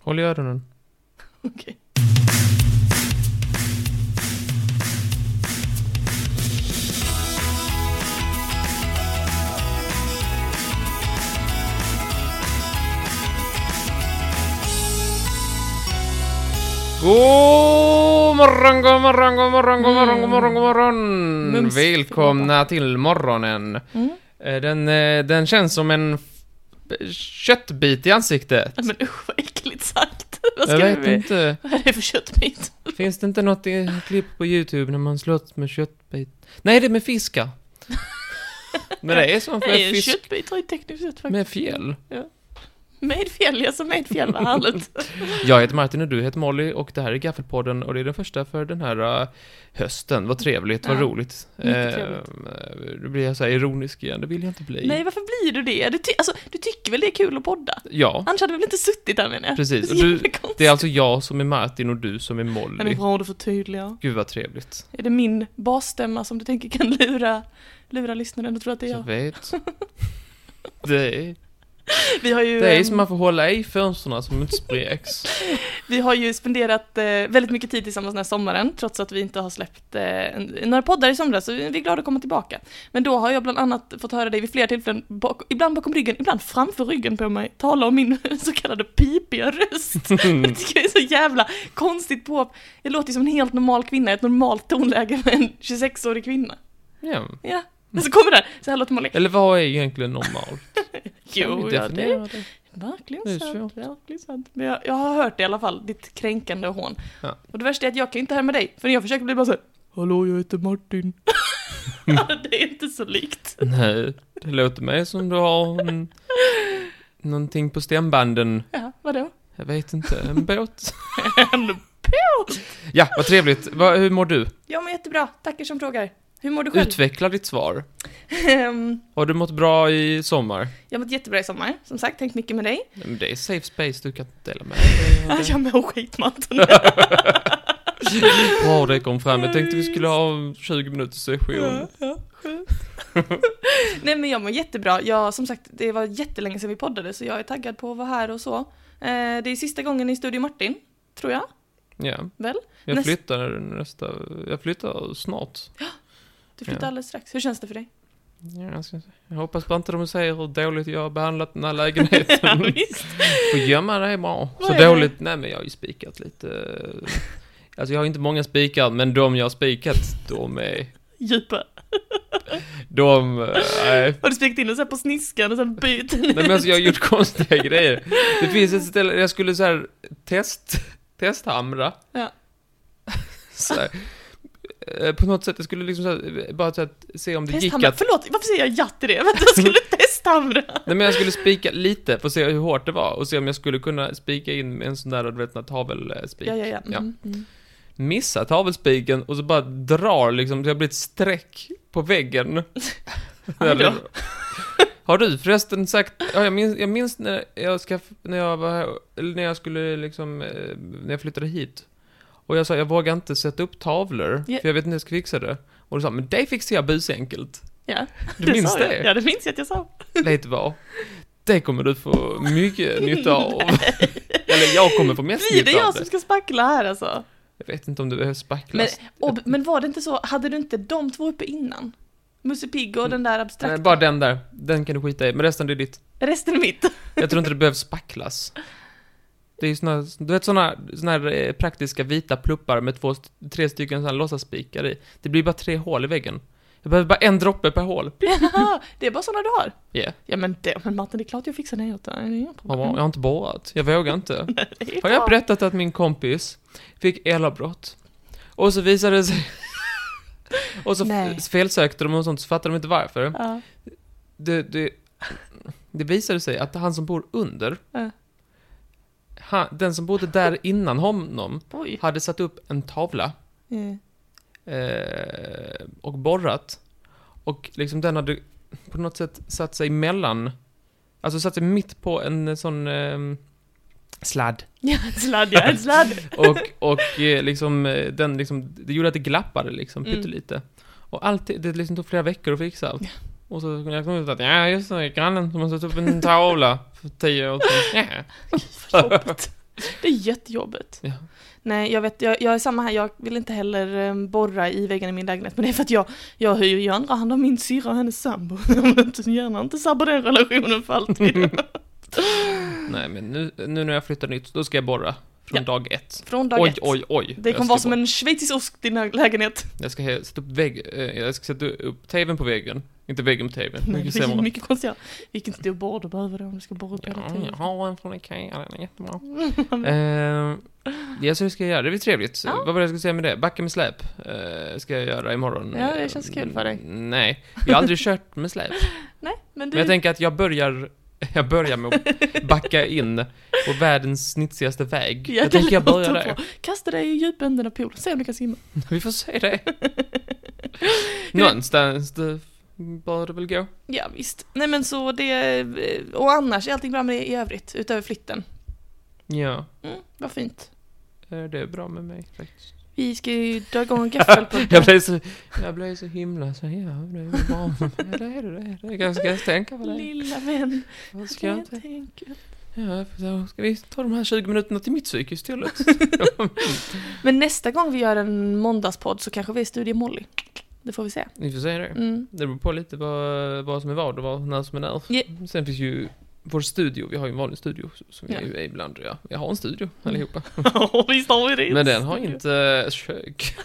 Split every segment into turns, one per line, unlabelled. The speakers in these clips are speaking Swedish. Håll i öronen.
Okej.
God morgon, god morgon, god morgon, god morgon, god
Mm.
morgon, god morgon!
Mums.
Välkomna till morgonen.
Mm.
Eh, Den, eh, den känns som en f- köttbit i ansiktet.
Nej, Men usch vad äckligt sagt. Vad,
Alltså- Jag
ska
vet
vi,
inte.
vad är det för köttbit?
Finns det inte något i, klipp på YouTube när man slåss med köttbit? Nej, det är med fiskar. Men det är som
Nej,
med fisk
köttbitar är tekniskt sett faktiskt. alltså
med fjäll.
Med fjäll, ja, som med fjäll, vad härligt.
Jag heter Martin och du heter Molly och det här är Gaffelpodden och det är den första för den här eh, hösten. Vad trevligt, vad
Ja,
roligt.
mycket
trevligt. Nu blir jag så här ironisk igen, det vill jag inte bli.
Nej, varför blir du det? Du, ty- alltså, du tycker väl det är kul att podda?
Ja,
Annars hade du väl inte suttit här menar jag?
precis.
Det
Och
är
du,
jättekonstigt.
det är alltså jag som är Martin och du som är
Men det är
Molly.
bra att du förtydligar.
Gud vad trevligt.
Är det min basstämma som du tänker kan lura, lura lyssnaren? Du tror att det är
Jag
jag?
vet. Det är,
Vi har ju,
det är
ehm,
som man får hålla i fönstren som inte spreks.
vi har ju spenderat eh, väldigt mycket tid tillsammans den här sommaren, trots att vi inte har släppt eh, en- några poddar i somras, så vi är glada att komma tillbaka. Men då har jag bland annat fått höra dig vid flera tillfällen, bak, ibland bakom ryggen, ibland framför ryggen på mig, tala om min så kallade pipiga röst. Det tycker jag är så jävla konstigt på. Jag låter ju som en helt normal kvinna, i ett normalt tonläge med en 26-årig kvinna.
Ja.
Ja, och så kommer det här, så här låter man liksom.
Eller vad är egentligen normalt? Kan
Jo,
vi
ja, det
definiera det?
Verkligen
Det är
sant,
svårt.
verkligen sant. Men jag, jag har hört det i alla fall, ditt kränkande hån.
Ja.
Och det värsta är att jag kan inte härma dig, för jag försöker bli bara så här, Hallå, jag heter Martin. det är inte så likt.
Nej, det låter mig som du har en, någonting på stämbanden.
Ja, vadå?
Jag vet inte, en båt?
En-
Ja, vad trevligt. Va, hur mår du?
jag mår jättebra, tackar som frågar. Hur mår du själv?
Utveckla ditt svar.
Ehm,
Har du mått bra i sommar?
jag har mått jättebra i sommar, som sagt, tänkt mycket med dig.
Men Det är safe space, du kan dela med
Ah,
dig.
jag mår skit, Martin.
Bra det kom fram. Jag tänkte vi skulle ha 20 minuters session.
Nej men jag mår jättebra. Jag, som sagt, det var jättelänge sedan vi poddade så jag är taggad på att vara här och så. Eh, det är sista gången i Studio Martin, tror jag.
Ja.
Väl?
Jag
Näst-
flyttar nästa... Jag flyttar snart.
Du flyttar
Ja.
alldeles strax. Hur känns det för dig?
Ja, jag, ska, jag hoppas bara inte de säger hur dåligt jag har behandlat den här lägenheten.
visst.
Får gömma det är bra.
Vad
Så
är det?
dåligt, nej men jag har ju spikat lite. Alltså jag har inte många spikar, men de jag har spikat, de är,
Djupa.
de, eh, nej.
Har du spikat in den så här på sniskan och sen bytt den?
Nej men alltså jag har gjort konstiga grejer. Det finns ett ställe, där jag skulle så här test, testhamra.
Ja.
Så här. Eh, På något sätt, jag skulle liksom så här, bara så att se om det gick
Testhamra.
att...
Förlåt, varför säger jag ja till det? Vänta, jag skulle testhamra.
Nej men jag skulle spika lite för att se hur hårt det var och se om jag skulle kunna spika in med en sån där, du vet, en tavelspik.
Ja, ja, ja. Mm, mm.
Missar tavelspiken och så bara drar liksom, så jag blir ett streck på väggen.
men då.
Har du förresten sagt, ja, jag, minns, jag minns när jag ska, när jag var här, eller när jag skulle liksom, eh, när jag flyttade hit. Och jag sa, jag vågar inte sätta upp tavlor,
Ja.
för jag vet inte hur jag ska fixa det. Och du sa, men det fixar jag busenkelt.
Ja,
Du
det
minns
sa
det?
Jag. Ja, det minns jag att jag sa.
Vet du vad? Det kommer du få mycket nytta Eh, av. Eller jag kommer få mest
Blir det
nytta av
jag som
det.
ska spackla här alltså?
Jag vet inte om du behöver
Men,
spacklas.
och, men var det inte så, hade du inte de två uppe innan? Musse Pigg och den där abstrakta?
Mm. Nej, bara den där. Den kan du skita i, men resten det är ditt.
Resten är mitt.
Jag tror inte det behövs spacklas. Det är ju såna, du vet såna, såna här eh, praktiska vita pluppar med två, st- tre stycken såna här låtsaspikar i. Det blir bara tre hål i väggen. Jag behöver bara en droppe per hål.
Jaha, det är bara sådana du har?
Yeah.
Ja men, det, men Martin, det är klart jag fixar det åt dig. Det är inga
Jag
problem.
har inte borrat. Jag vågar inte.
Det är
Har jag
bra.
berättat att min kompis fick elavbrott? Och så visade det sig... och så
Nej.
f- felsökte de och sånt, så fattade de inte varför.
Ja.
Det, det, det visade sig att han som bor under,
Ja.
han, den som bodde där innan honom,
Oj.
hade satt upp en tavla
Eh.
eh, och borrat. Och liksom den hade på något sätt satt sig mellan, alltså satt sig mitt på en sån eh, sladd.
Ja, en sladd, ja, en sladd.
Och, och eh, liksom, eh, den liksom, det gjorde att det glappade liksom
Mm.
pyttelite. Och allt, det liksom tog flera veckor att fixa. Och så kunde jag komma ut att ja, just det, grannen som har satt upp en tavla för tio år sedan. Ja.
För jobbigt. Det är jättejobbigt.
Ja.
Nej, jag vet, jag, jag är samma här, jag vill inte heller eh, borra i väggen i min lägenhet, men det är för att jag, jag hyr ju i andra hand av min syrra och hennes sambo. Jag vill inte- gärna inte sabba den relationen för alltid.
Nej, men nu, nu när jag flyttar nytt, då ska jag borra från
Ja.
dag ett.
Från dag
oj,
ett.
oj, oj.
Det
Jag
kommer
ska
vara som
borra.
en schweizisk ost i din här lägenhet.
Jag ska he- sätta upp vägg, eh, jag ska sätta upp tvn på väggen. Inte väggen på tvn.
Nej,
Mycket
det blir
sämre.
mycket konstigare. Vilken stor borr du behöver då om du ska borra upp
Ja,
hela
jag
tiden.
har en från Ikea, den är jättebra. eh, ja, så det ska jag göra. Det blir trevligt.
Mm. Ja.
Vad var det jag skulle säga med det? Backa med släp eh, ska jag göra imorgon.
Ja, det känns kul för dig.
Mm, Nej, jag har aldrig kört med släp.
Nej, men du...
Men jag tänker att jag börjar, jag börjar med att backa in på världens snitsigaste väg.
Ja,
jag
det
tänker jag börjar
låter
där.
bra. Kasta dig i djupänden av poolen, se om du kan simma.
Vi får se det. Någonstans det bör det väl gå.
Ja, visst. Nej men så det... eh, Och annars, är allting bra med det i övrigt, utöver flytten?
Ja,
Mm, vad fint.
eh, det är bra med mig faktiskt.
Vi ska ju dra igång gaffelpunkten.
Jag blev så, jag blev så himla så, ja, det är bra med mig. Det är det, det är det. Jag ska jag tänka på det.
Lilla vän,
Vad ska jag
jag
inte?
tänker.
Ja, så ska vi ta de här 20 minuterna till mitt psyke istället?
Men nästa gång vi gör en måndagspodd så kanske vi är i Studie Molly. Det får vi se.
Vi får se det.
Mm.
Det beror på lite vad, vad som är vad och vad, när som är när.
Ja.
Sen finns ju vår studio, vi har ju en vanlig studio som
Ja. Mm.
vi ju är ibland, ja. Jag har en studio allihopa.
Ja, visst har vi det.
Men den har inte eh, kök.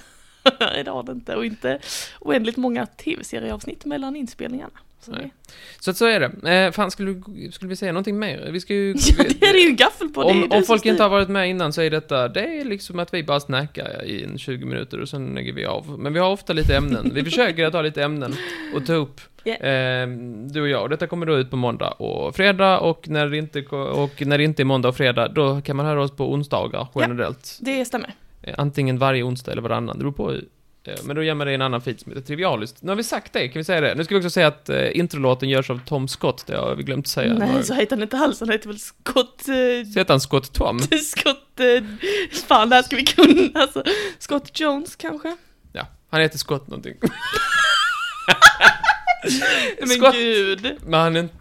Nej, det har den inte. Och inte oändligt många tv-serieavsnitt mellan inspelningarna. Så det...
Nej. Så att så är det. Eh, fan, skulle, skulle vi säga någonting mer? Vi ska ju...
Ja, det är ju en gaffelpodd. det är
Om,
du som
om folk
styr.
inte har varit med innan så är detta, det är liksom att vi bara snackar i en 20 minuter och sen lägger vi av. Men vi har ofta lite ämnen. Vi försöker att ha lite ämnen och ta upp,
Ja.
eh, du och jag. Och Detta kommer då ut på måndag och fredag och när, det inte, ko- och när det inte är måndag och fredag, då kan man höra oss på onsdagar
Ja.
generellt.
Det stämmer.
Eh, Antingen varje onsdag eller varannan, det beror på. hur- eh, Men då gör man det i en annan feed som heter Trivialist. Nu har vi sagt det, kan vi säga det? Nu ska vi också säga att eh, introlåten görs av Tom Scott, det har vi glömt säga. några-
Nej, så heter han inte alls. Han heter väl Scott... eh,
Så heter han Scott Tom?
Scott... eh, Fan, det här ska vi kunna alltså. Scott Jones kanske?
Ja, han heter Scott någonting.
Men
Scott.
gud!
Men han är inte...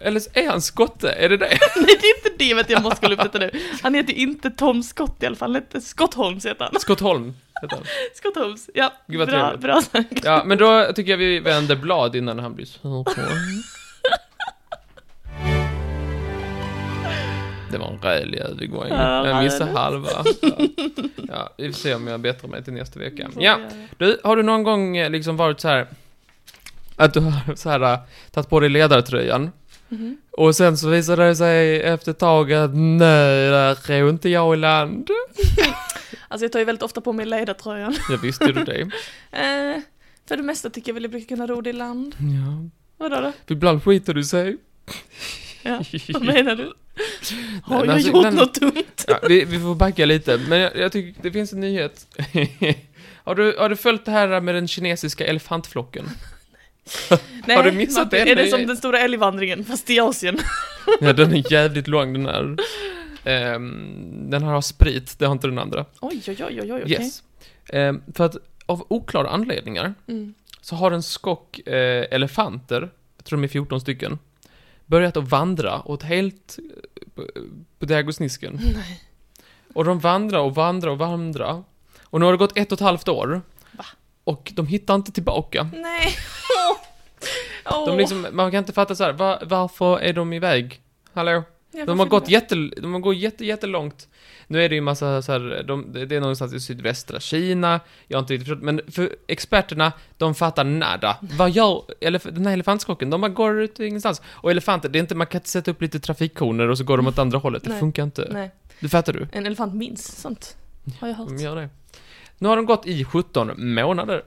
Eller så är han skotte? Är det det?
Nej, det är inte det vet jag, jag måste kolla upp detta nu. Han heter inte Tom Scott i alla fall, han heter Scott Holmes heter han.
Scott Holm heter han.
Scott Holmes, ja.
Gud, vad
bra,
trevligt.
bra sagt.
Ja, men då tycker jag vi vänder blad innan han blir sur på en. Det var en rälig övergång.
Ja,
Jag missade
räligt.
halva. Ja. Ja, vi får se om jag bättrar mig till nästa vecka. Ja, du, har du någon gång eh, liksom varit så här att du har så här eh, tagit på dig ledartröjan
Mhm.
och sen så visade det sig efter ett tag att nej, där är ju inte jag i land.
Alltså jag tar ju väldigt ofta på mig ledartröjan.
Jag visste ju det.
Eh, för det mesta tycker jag väl jag brukar kunna ro det i land.
Ja.
Vadå då?
Ibland skiter du sig.
Ja. Vad menar du? Har
men
jag
alltså,
gjort
men-
något dumt?
Ja, vi, vi får backa lite, men jag, jag tycker det finns en nyhet. har, du, har du följt det här med den kinesiska elefantflocken?
Nej,
Har du missat
Martin,
det?
Är det
Nej.
som den stora älgvandringen, fast i Asien?
Ja, den är jävligt lång den här. Ehm, den här har sprit, det har inte den andra.
Oj, oj, oj, oj, oj, okej.
Yes. Ehm, för att av oklara anledningar
Mm.
så har en skock eh, elefanter, jag tror de är 14 stycken, börjat att vandra åt helt eh, på, på diagosnisken.
Nej.
Och de vandrar och vandrar och vandrar. Och nu har det gått ett och ett halvt år.
Va?
Och de hittar inte tillbaka.
Nej. Åh.
De liksom, man kan inte fatta så här, va, varför är de iväg? Hallå?
Jag
De har
förstår
gått
det.
jätte, de har gått jätte, jättelångt. Nu är det ju massa så här, de, det är någonstans i sydvästra Kina, jag har inte riktigt förstått, men för experterna, de fattar nada. Vad gör elef- den här elefantskocken? De bara går ut ingenstans. Och elefanter, det är inte, man kan inte sätta upp lite trafikkoner och så går de åt andra hållet, det
Nej.
funkar inte.
Nej,
Det fattar du?
en elefant minns sånt. Har jag hört.
De gör det. Nu har de gått i 17 månader.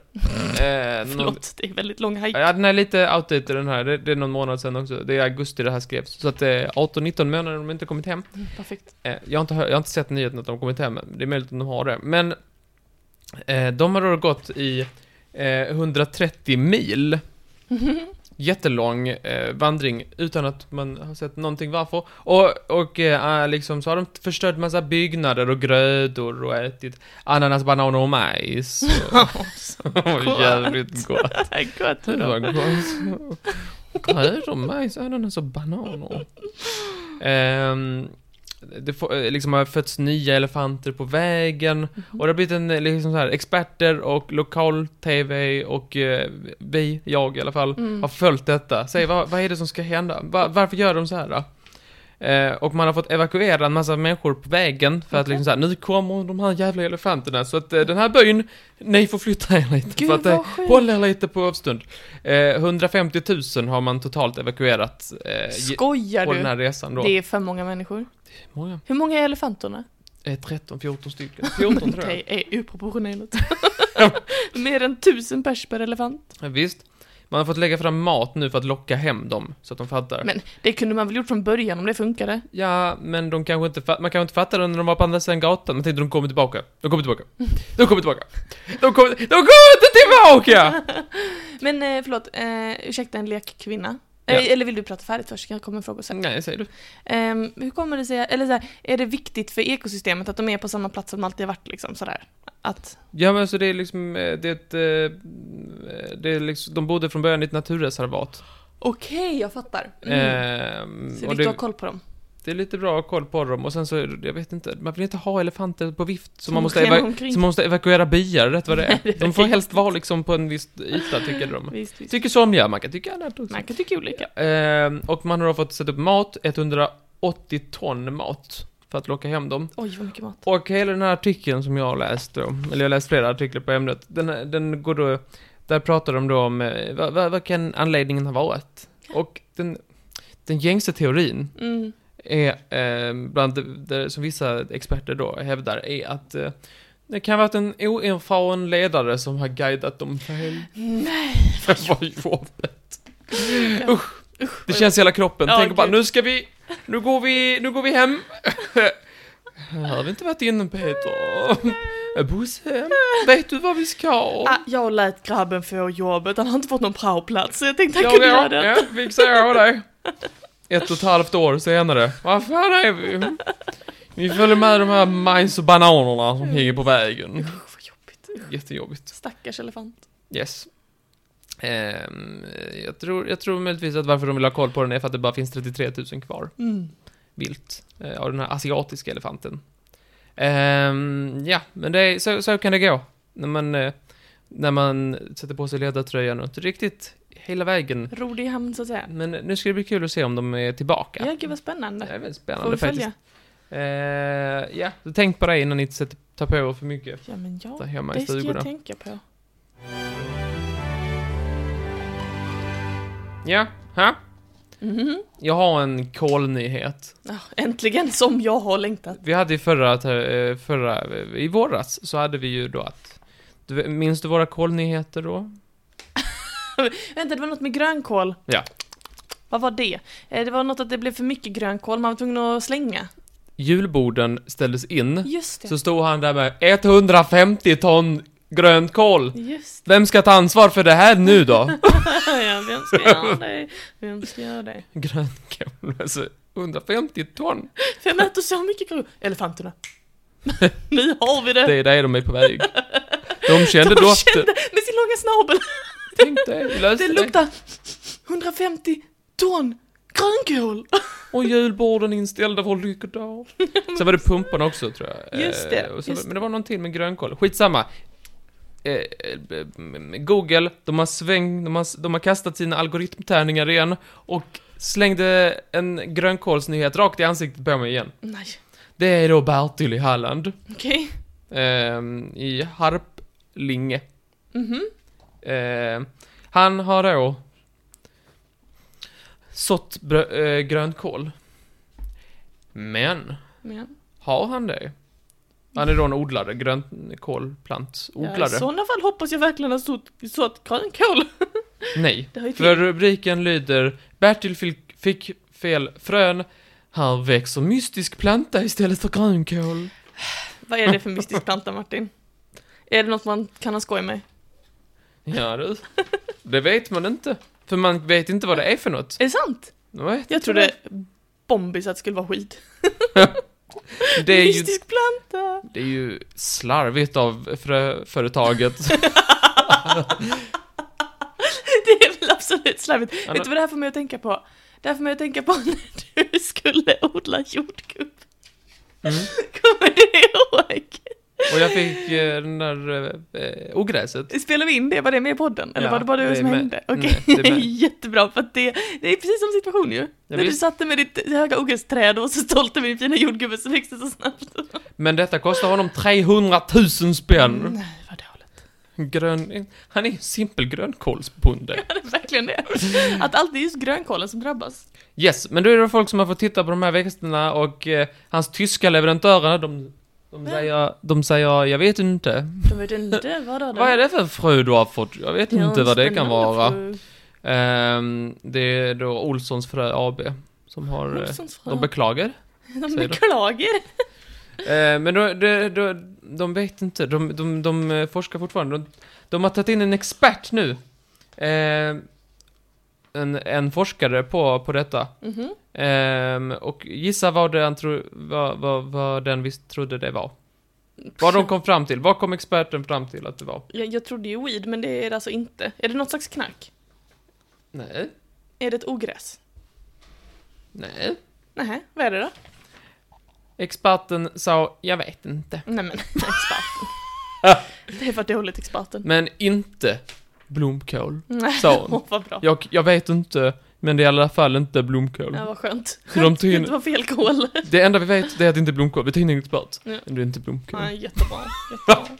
eh, någon,
Förlåt, det är väldigt lång hajk.
ja, den är lite outdated den här, det, det är någon månad sedan också. Det är augusti det här skrevs. Så att det är 18-19 månader de inte kommit hem.
Mm, Perfekt.
Eh, jag, har inte, hör- jag har inte sett nyheten att de har kommit hem, det är möjligt att de har det. Men eh, de har då gått i eh, 130 mil jättelång eh, vandring utan att man har sett någonting varför. Och, och eh, liksom så har de förstört massa byggnader och grödor och ätit ananas, bananer och majs. Och jävligt gott.
Det här är gott.
Det var gott. Grödor, majs, ananas och bananer. Ehm, det får, eh, liksom har fötts nya elefanter på vägen och det har blivit en eh, liksom så här, experter och lokal-tv och eh, vi, jag i alla fall,
Mm.
har följt detta. Säg, vad, vad är det som ska hända? Va, varför gör de så här då? Eh, och man har fått evakuera en massa människor på vägen för att
Okej.
liksom så här, nu kommer de här jävla elefanterna så att eh, den här byn, ni får flytta er lite.
Gud,
för att, eh,
vad sjukt.
håll er lite på avstånd. Eh, 150 000 har man totalt evakuerat eh, ge-
Skojar
på den
du?
här resan då.
Det är för många människor.
Många.
Hur många är elefanterna?
Eh, 13, 14 stycken. 14 tror jag.
Det är ju proportionerligt. Mer än tusen pers per elefant.
Ja, Visst. Man har fått lägga fram mat nu för att locka hem dem, så att de fattar.
Men det kunde man väl gjort från början om det funkade?
Ja, men de kanske inte fa- man kanske inte fattade det när de var på andra sidan gatan. Man tänkte de kommer tillbaka. De kommer tillbaka. De kommer tillbaka. De kommer, de kommer inte tillbaka!
Men eh, förlåt, eh, ursäkta en lekkvinna.
Ja.
Eh, eller vill du prata färdigt först? Jag kommer en fråga sen.
Nej, säger du.
Ehm, hur kommer det sig, eller så här, är det viktigt för ekosystemet att de är på samma plats som de alltid har varit liksom sådär? Att,
Ja men så det är liksom, eh, det är ett, eh, det är liksom, de bodde från början i ett naturreservat.
okej, jag fattar.
Ehm,
Mm. Så det är
och
viktigt att ha
det,
koll på dem.
det är lite bra koll på dem och sen så, jag vet inte, man vill inte ha elefanter på vift så
Som
man måste,
skenar
eva-
omkring.
så man måste evakuera byar rätt vad det
Nej, det
är.
är
De får
riktigt.
helst vara liksom på en viss yta tycker de.
Visst, visst.
Tycker somliga, man kan tycka annat också.
Man kan tycka olika.
Ehm, och man har då fått sätta upp mat, 180 ton mat, för att locka hem dem.
Oj, vad mycket mat.
Och hela den här artikeln som jag har läst då, eller jag har läst flera artiklar på ämnet, den, den går då, där pratar de då om eh, vad, vad, vad kan anledningen ha varit? Och den, den gängse teorin
Mm.
är, eh, bland det, det, som vissa experter då hävdar, är att eh, det kan ha varit en oerfaren ledare som har guidat dem fel.
Nej,
Vad jobbigt. Det
vad
känns i hela kroppen.
Ja,
Tänk bara,
gud.
nu ska vi, nu går vi, nu går vi hem. Här har vi inte varit inne Peter. Bosse, vet du vad vi ska?
Ah, jag lät grabben få jobbet, han har inte fått någon praoplats, så jag tänkte han
Ja,
kunde
ja,
göra det.
Ja, fixar jag dig. Ett och ett halvt år senare. Vad fan är vi? Vi följer med de här majs och bananerna som hänger på vägen.
Usch, vad jobbigt.
Jättejobbigt.
Stackars elefant.
Yes. Ehm, jag, tror, jag tror möjligtvis att varför de vill ha koll på den är för att det bara finns 33 000 kvar.
Mm.
vilt eh, av den här asiatiska elefanten. Ehm, ja, men det är, så, så kan det gå när man, eh, när man sätter på sig ledartröjan och inte riktigt hela vägen.
Rodd i hamn, så att säga.
Men nu ska det bli kul att se om de är tillbaka.
Ja, gud vad
det
spännande.
är väldigt
Får vi
spännande faktiskt.
följa?
Ehm, ja, så tänk på det innan ni inte sätter, tar på er för mycket
Ja, men ja.
där hemma i
Det ska jag
stugorna.
tänka på.
Ja, ha?
Mhm.
jag har en kolnyhet.
Ja, äntligen, som jag har längtat.
Vi hade ju förra, eh, förra, i våras så hade vi ju då att, du- minns du våra kolnyheter då?
Vänta, det var något med grönkål.
Ja.
Vad var det? Eh, Det var något att det blev för mycket grönkål, man var tvungen att slänga.
julborden ställdes in,
Just det.
så stod han där med 150 ton grönt kål.
Just det.
Vem ska ta ansvar för det här nu då?
Ja, vem ska göra det? Vem ska göra det?
grönt kål, alltså 150 ton.
Vem äter så mycket grönkål? Elefanterna. nu har vi det!
Det är där de är på väg. De kände
De
doften.
kände med sin långa snabel.
Tänk dig, vi löste
Det
det.
luktar 150 ton grönkål.
Och julborden inställda, vår lyckodag. Sen var det pumparna också tror jag.
Just det,
Eh, och sen,
just
men det var någon till med grönkål. Skitsamma. Eh, eh, Google, de har sväng, de har, de har kastat sina algoritmtärningar igen och slängde en grönkålsnyhet rakt i ansiktet på mig igen.
Nej,
Det är då Bertil i Halland,
okej.
ehm, i Harplinge.
Mhm.
Eh, han har då sått brö- eh, grönkål. Men,
Men,
har han det? Han är då en odlare, grönkålplantsodlare.
ja, I sådana fall hoppas jag verkligen att stod, så att grönkål.
Nej,
Det har ju
för
fel.
rubriken lyder Bertil fick, fick fel frön. Här växer mystisk planta istället för grönkål.
Vad är det för mystisk planta Martin? Är det något man kan ha skoj med?
Ja du, det vet man inte. För man vet inte vad det är för något.
Är det sant?
Nej,
Jag trodde Bombis att det skulle vara skid.
Det är ju,
Mystisk planta!
det är ju slarvigt av frö, företaget.
Det är väl absolut slarvigt.
Ja,
Vet du vad det här får mig att tänka på? Det här får mig att tänka på när du skulle odla jordgubb.
Mm.
Kommer du ihåg?
Och jag fick eh, den där eh, ogräset.
Spelar vi in det? Var det med i podden? Eller
Ja,
var det bara
det är
du som
med.
hängde? Okej,
Nej, det är med.
jättebra för att det, det är precis som situation ju. när du
visst.
satte med ditt höga ogrästräd och var så stolt över din fina jordgubbe som växte så snabbt.
Men detta kostar honom 300 000 spänn.
Nej, vad dåligt.
Grön, han är ju simpel grönkålsbonde.
Ja, det är verkligen det. Att alltid är just grönkålen som drabbas.
Yes, men då är det folk som har fått titta på de här växterna och eh, hans tyska leverantörer, de, de, säger, de säger jag vet inte.
De vet inte, vad då?
Vad är det för frö du har fått? Jag vet inte vad det kan vara.
Fru.
Ehm, det är då Olssons Frö AB som har... eh,
Olssons frö.
De beklagar.
De
säger de.
beklagar.
Eh, men då, då, då, de vet inte, de, de, de eh, forskar fortfarande. De, de har tagit in en expert nu. Eh, en, en forskare på, på detta.
Mhm.
Ehm, och gissa vad, det han tro, vad, vad, vad den visst trodde det var. Vad de kom fram till. Vad kom experten fram till att det var?
Jag, jag trodde ju weed, men det är det alltså inte. Är det något slags knark?
Nej.
Är det ett ogräs?
Nej.
Nej, vad är det då?
Experten sa, jag vet inte.
Nej men, experten. det var dåligt, experten.
Men inte blomkål.
Nej,
Sa hon.
åh, vad bra.
Jag, jag vet inte, men det är i alla fall inte blomkål.
Ja, vad skönt.
Så de
Det
tog in,
inte var fel kål.
det enda vi vet det är att det inte är blomkål, vi tog in en expert.
Ja.
Men det är inte blomkål.
Ja, jättebra. jättebra.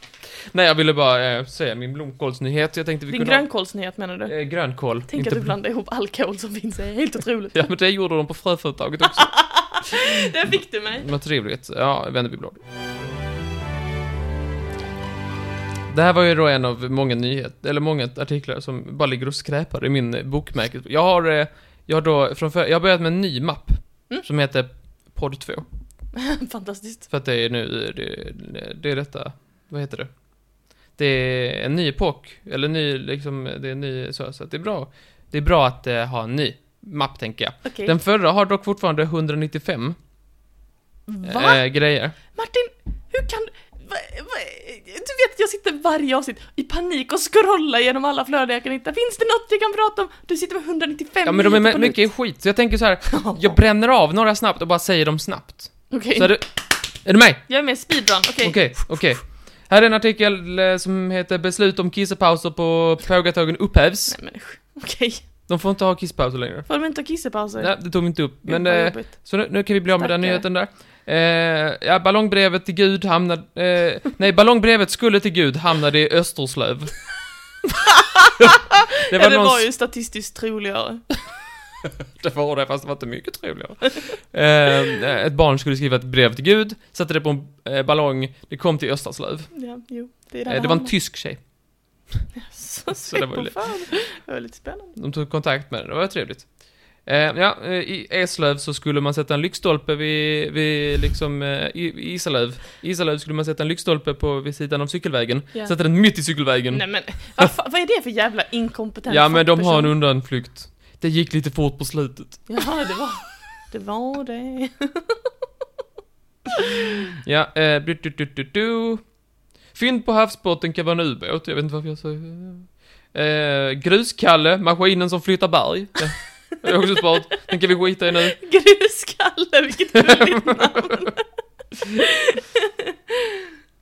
Nej, jag ville bara eh, säga min blomkålsnyhet. Jag tänkte vi
Din
kunde...
grönkålsnyhet menar du?
eh, grönkål.
Tänk att du blandar ihop all kål som finns, det är helt otroligt.
Ja, men det gjorde de på fröföretaget också.
Där fick du mig.
Vad trevligt. Ja, vänder vi blad. Det här var ju då en av många nyheter, eller många artiklar som bara ligger och skräpar i min eh, bokmärke. Jag har, eh, jag har då, från för, jag har börjat med en ny mapp.
Mm.
Som heter Podd 2.
Fantastiskt.
För att det är nu, det, det är detta, vad heter det? Det är en ny epok, eller ny, liksom, det är en ny så, så att det är bra. Det är bra att eh, ha en ny mapp, tänker jag.
Okej.
Den förra har dock fortfarande 195
Va?
eh, grejer.
Martin, hur kan du... Va, va, du vet att jag sitter varje avsnitt i panik och scrollar genom alla flöden jag kan hitta. Finns det något jag kan prata om? Du sitter med 195
Ja men de är
nyheter
med,
på
mycket skit, så jag tänker så här.
nytt.
jag bränner av några snabbt och bara säger dem snabbt.
Okej,
Så är du, är du med?
jag är med speedrun, okej.
Okej, okej. Här är en artikel eh, som heter Beslut om kissepauser på pågatågen upphävs.
Nej men usch, okej.
De får inte ha kisspauser längre.
Får de inte ha kissepauser?
Nej, det tog vi inte upp.
Gud,
Men
vad
eh,
jobbigt.
Så nu, nu kan vi bli av med den
Stackare.
nyheten där. Eh, ja, ballongbrevet till Gud hamnade... Eh, nej, ballongbrevet skulle till Gud hamnade i Österslöv.
det
det var,
var, ja, det
någon,
var ju statistiskt troligare.
det var det, fast det var inte mycket trevligare. Eh, ett barn skulle skriva ett brev till Gud, satte det på en eh, ballong, det kom till Österslöv.
Ja, jo. Det, är där
Eh, det var en
hamnar.
tysk tjej.
Så,
så det var ju lite-
fan. Det var lite spännande.
De tog kontakt med den, det var trevligt. Eh, ja, eh, i Eslöv så skulle man sätta en lyktstolpe vid, vid liksom, eh, i, i Isalöv. I Isalöv skulle man sätta en lyktstolpe på, vid sidan av cykelvägen.
Ja.
Sätter den mitt i cykelvägen.
Nej men, vad, fa- vad är det för jävla inkompetent
ja, men de har en
nog...
undanflykt. Det gick lite fort på slutet.
Jaha, det var... Det var det.
Ja, eh, du, du, du, du, du. Fynd på havsbotten kan vara en ubåt. Jag vet inte varför jag säger... Eh, gruskalle, maskinen som flyttar berg. Ja. Det är också ett sport. Den kan vi skita i nu.
Gruskalle, vilket roligt namn.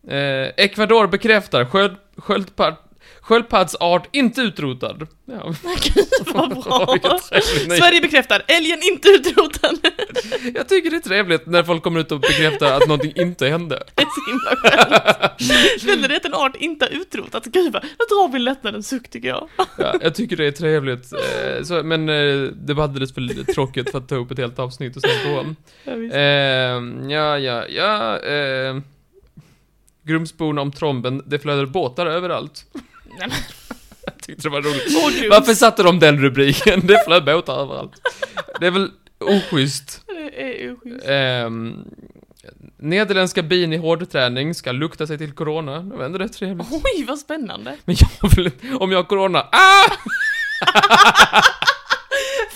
Eh, Ecuador bekräftar sköld, sköldpad, sköldpaddsart inte utrotad. Ja.
Gud, vad bra.
Vilket trevligt nej.
Sverige bekräftar, älgen inte utrotad.
Jag tycker det är trevligt när folk kommer ut och bekräftar att någonting inte hände.
Det är så himla skönt. Skulle det att en art inte har utrotats? Gud, vad- då drar vi en lättnadens suck tycker jag.
Ja, jag tycker det är trevligt. Eh, så, men eh, det var alldeles för tråkigt för att ta upp ett helt avsnitt och snacka om.
Ja, visst.
Eh, ja, ja, ja. Eh, Grumsbon om tromben, det flödar båtar överallt.
Nej, men,
Jag tyckte det var roligt.
åh, Grums.
Varför satte de den rubriken? Det flöd båtar överallt. Det är väl oschysst.
Det är oschysst.
Ehm, nederländska bin i hårdträning ska lukta sig till corona. Det var ändå rätt trevligt.
Oj, vad spännande.
Men jag vill inte- om jag har corona, ah!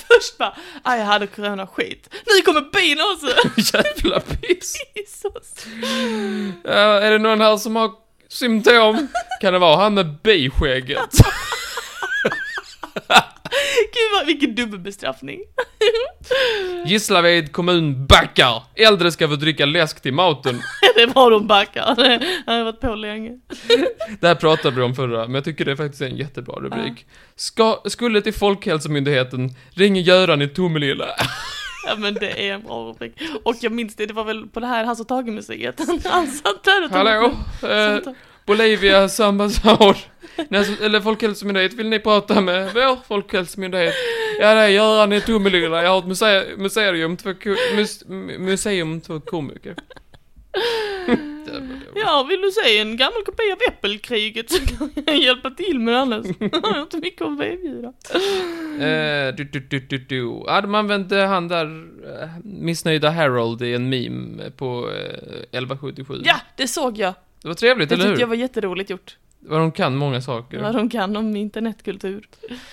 Först bara, "Aj, jag hade corona, skit. Nu kommer bilen också!
Jävla piss.
Jesus.
Ja, Eh, är det någon här som har symptom? Kan det vara han med biskägget?
Gud vad, vilken dubbelbestraffning.
Gislaved kommun backar. Äldre ska få dricka läsk till maten.
det var de backar. Han har varit på länge.
Det här pratade vi om förra, men jag tycker det faktiskt är en jättebra rubrik. Ska, skulle till Folkhälsomyndigheten, ring Göran i Tomelilla.
Ja men det är en bra rubrik. Och jag minns det, det var väl på det här Hasse och Tage-museet. Han satt där och tog-
Hallå? Eh,
Sånt.
Bolivia, Sambassar. Eller Folkhälsomyndigheten, vill ni prata med vår folkhälsomyndighet? Ja, det är Göran i Tomelilla. Jag har ett muse- museum, två ko- mus- mu- museum, två komiker.
Ja, vill du se en gammal kopia av Äppelkriget så kan jag hjälpa till med det annars. Jag har inte mycket att erbjuda.
Eh, du, du, du, du, du. Ja, de använde han där eh, missnöjda Harold i en meme på eh, 1177.
Ja, det såg jag.
Det var trevligt,
Det
eller hur?
tyckte jag var jätteroligt gjort.
Vad de kan många saker.
Vad de kan om internetkultur.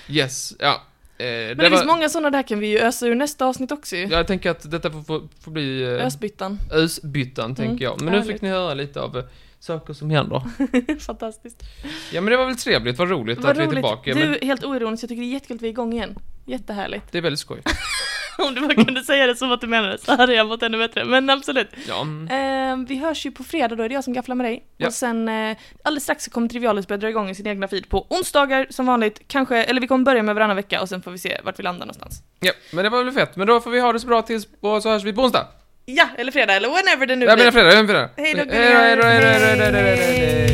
Yes, ja. Eh,
Men det, finns många sådana där kan vi ju ösa ur nästa avsnitt också ju.
Jag tänker att detta får, får, får bli eh,
Ösbyttan.
ösbyttan, tänker jag. Men nu
Mm. härligt.
fick ni höra lite av eh, saker som händer.
Fantastiskt.
Ja, men det var väl trevligt. Vad roligt
Vad
att vi är
roligt.
tillbaka.
du,
Men
helt oironiskt, jag tycker det är jättekul att vi är igång igen. Jättehärligt.
det är väldigt skoj.
Om du bara kunde säga det som att du menade så hade jag mått ännu bättre. Men absolut.
Ja, mm.
Eh, vi hörs ju på fredag, då är det jag som gafflar med dig.
Ja.
Och sen eh, alldeles strax så kommer Trivialis börja dra igång i sin egna feed på onsdagar som vanligt. Kanske, eller vi kommer börja med varannan vecka och sen får vi se vart vi landar någonstans.
ja, men det var väl fett. Men då får vi ha det så bra tills på, så hörs vi på onsdag.
Ja, eller fredag, eller whenever det nu
Jag menar fredag, jag menar fredag.
Hej då,
Hej då, hej då, hej då, hej då, hej då, hej då, hej då.